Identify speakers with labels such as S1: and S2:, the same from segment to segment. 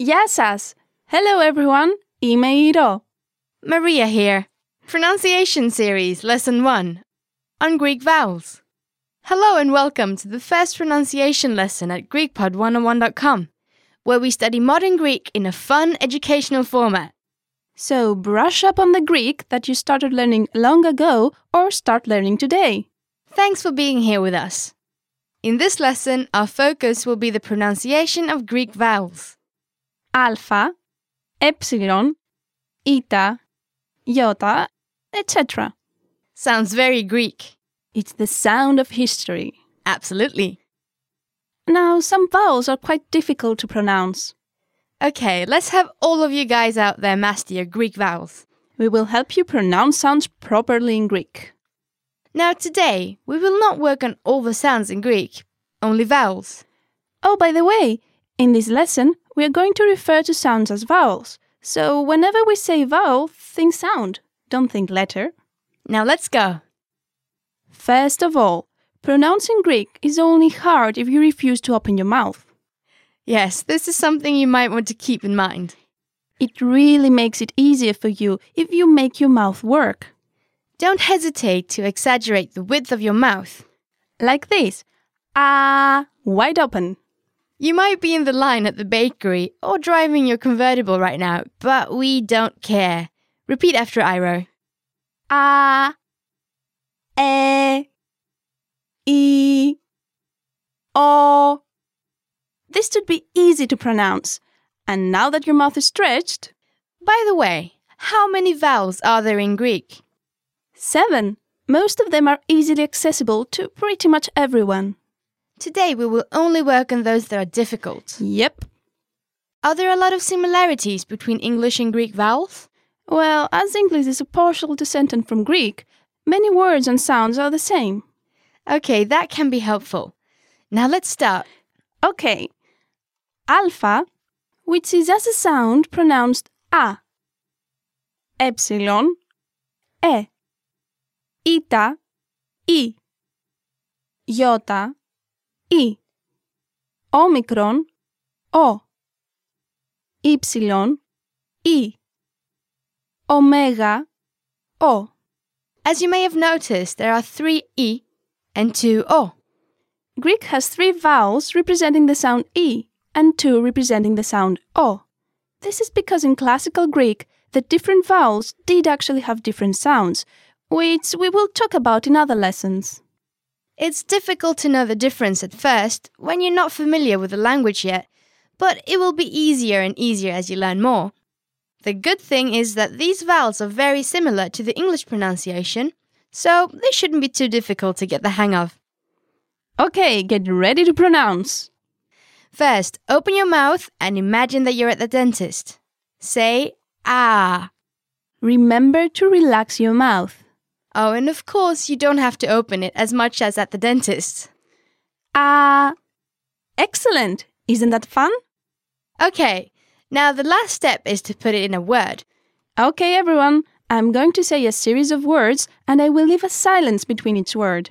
S1: Yesas. Hello, everyone. Imeiro.
S2: Maria here. Pronunciation Series, Lesson 1 on Greek Vowels. Hello and welcome to the first pronunciation lesson at GreekPod101.com, where we study modern Greek in a fun educational format.
S1: So brush up on the Greek that you started learning long ago or start learning today.
S2: Thanks for being here with us. In this lesson, our focus will be the pronunciation of Greek vowels.
S1: Alpha, epsilon, eta, iota, etc.
S2: Sounds very Greek.
S1: It's the sound of history.
S2: Absolutely.
S1: Now, some vowels are quite difficult to pronounce.
S2: Okay, let's have all of you guys out there master your Greek vowels.
S1: We will help you pronounce sounds properly in Greek.
S2: Now, today, we will not work on all the sounds in Greek, only vowels.
S1: Oh, by the way, in this lesson, we are going to refer to sounds as vowels. So, whenever we say vowel, think sound, don't think letter.
S2: Now, let's go.
S1: First of all, pronouncing Greek is only hard if you refuse to open your mouth.
S2: Yes, this is something you might want to keep in mind.
S1: It really makes it easier for you if you make your mouth work.
S2: Don't hesitate to exaggerate the width of your mouth.
S1: Like this. Ah, wide open.
S2: You might be in the line at the bakery or driving your convertible right now, but we don't care. Repeat after Iro.
S1: Ah, e, e, o. This should be easy to pronounce. And now that your mouth is stretched,
S2: By the way, how many vowels are there in Greek?
S1: seven. Most of them are easily accessible to pretty much everyone.
S2: Today we will only work on those that are difficult.
S1: Yep.
S2: Are there a lot of similarities between English and Greek vowels?
S1: Well, as English is a partial descendant from Greek, many words and sounds are the same.
S2: Okay, that can be helpful. Now let's start.
S1: Okay. Alpha, which is as a sound pronounced a. Epsilon, e. Eta, i. Iota, i. Omicron, o. Ypsilon, i. Omega, o.
S2: As you may have noticed, there are three E and two O.
S1: Greek has three vowels representing the sound e and two representing the sound o. This is because in classical Greek, the different vowels did actually have different sounds, which we will talk about in other lessons.
S2: It's difficult to know the difference at first when you're not familiar with the language yet, but it will be easier and easier as you learn more. The good thing is that these vowels are very similar to the English pronunciation, so they shouldn't be too difficult to get the hang of.
S1: Okay, get ready to pronounce.
S2: First, open your mouth and imagine that you're at the dentist. Say ah.
S1: Remember to relax your mouth.
S2: Oh, and of course, you don't have to open it as much as at the dentist.
S1: Ah. Excellent! Isn't that fun?
S2: Okay, now the last step is to put it in a word.
S1: Okay, everyone, I'm going to say a series of words and I will leave a silence between each word.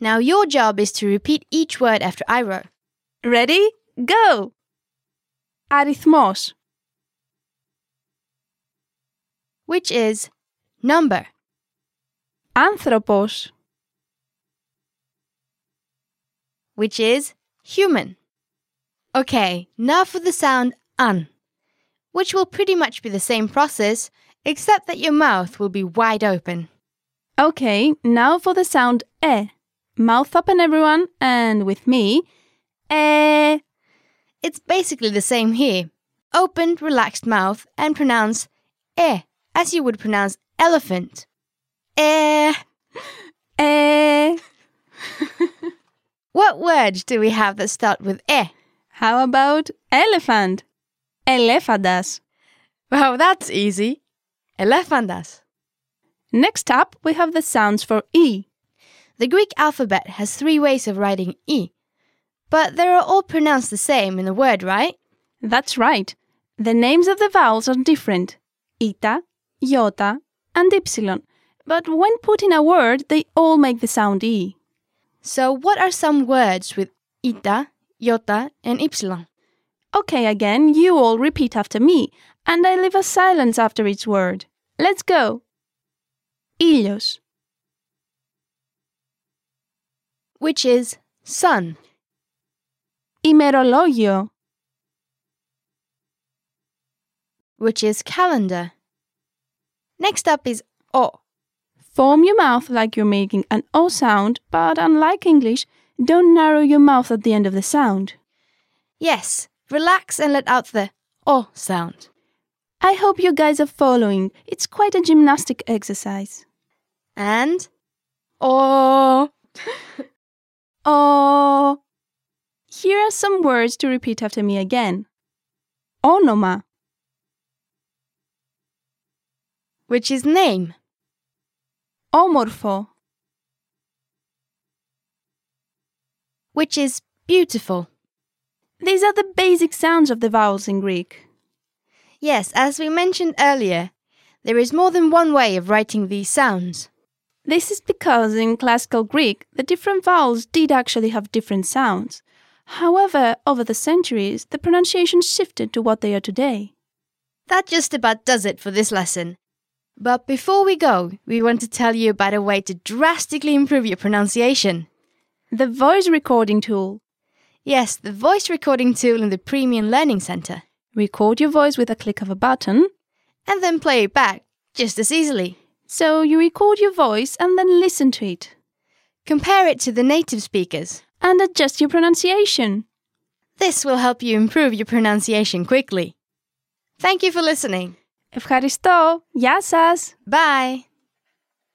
S2: Now your job is to repeat each word after Iro.
S1: Ready? Go! Αριθμός,
S2: which is number,
S1: άνθρωπος,
S2: which is human. Okay, now for the sound un, which will pretty much be the same process, except that your mouth will be wide open.
S1: Okay, now for the sound e. Mouth open, everyone, and with me. E.
S2: It's basically the same here. Open, relaxed mouth and pronounce eh as you would pronounce elephant. Eh.
S1: E.
S2: What words do we have that start with eh?
S1: How about elephant? Elefantas.
S2: Well, that's easy. Elefantas.
S1: Next up, we have the sounds for e.
S2: The Greek alphabet has three ways of writing E, but they are all pronounced the same in the word, right?
S1: That's right. The names of the vowels are different. Eta, iota, and epsilon. But when put in a word, they all make the sound e.
S2: So, what are some words with ita, iota, and ypsilon?
S1: Okay, again, you all repeat after me, and I leave a silence after each word. Let's go. Ήλιος,
S2: which is sun,
S1: ημερολόγιο,
S2: which is calendar. Next up is o,
S1: Form your mouth like you're making an O sound, but unlike English, don't narrow your mouth at the end of the sound.
S2: Yes, relax and let out the o sound.
S1: I hope you guys are following. It's quite a gymnastic exercise.
S2: And o.
S1: Oh. Here are some words to repeat after me again. Όνομα,
S2: which is name,
S1: όμορφο,
S2: which is beautiful.
S1: These are the basic sounds of the vowels in Greek.
S2: Yes, as we mentioned earlier, there is more than one way of writing these sounds.
S1: This is because in classical Greek, the different vowels did actually have different sounds. However, over the centuries, the pronunciation shifted to what they are today.
S2: That just about does it for this lesson. But before we go, we want to tell you about a way to drastically improve your pronunciation.
S1: The voice recording tool.
S2: Yes, the voice recording tool in the Premium Learning Center,
S1: Record your voice with a click of a button.
S2: and then play it back just as easily.
S1: So you record your voice and then listen to it
S2: Compare it to the native speakers.
S1: and adjust your pronunciation.
S2: This will help you improve your pronunciation quickly. Thank you for listening.
S1: Ευχαριστώ. Γεια σας.
S2: Bye.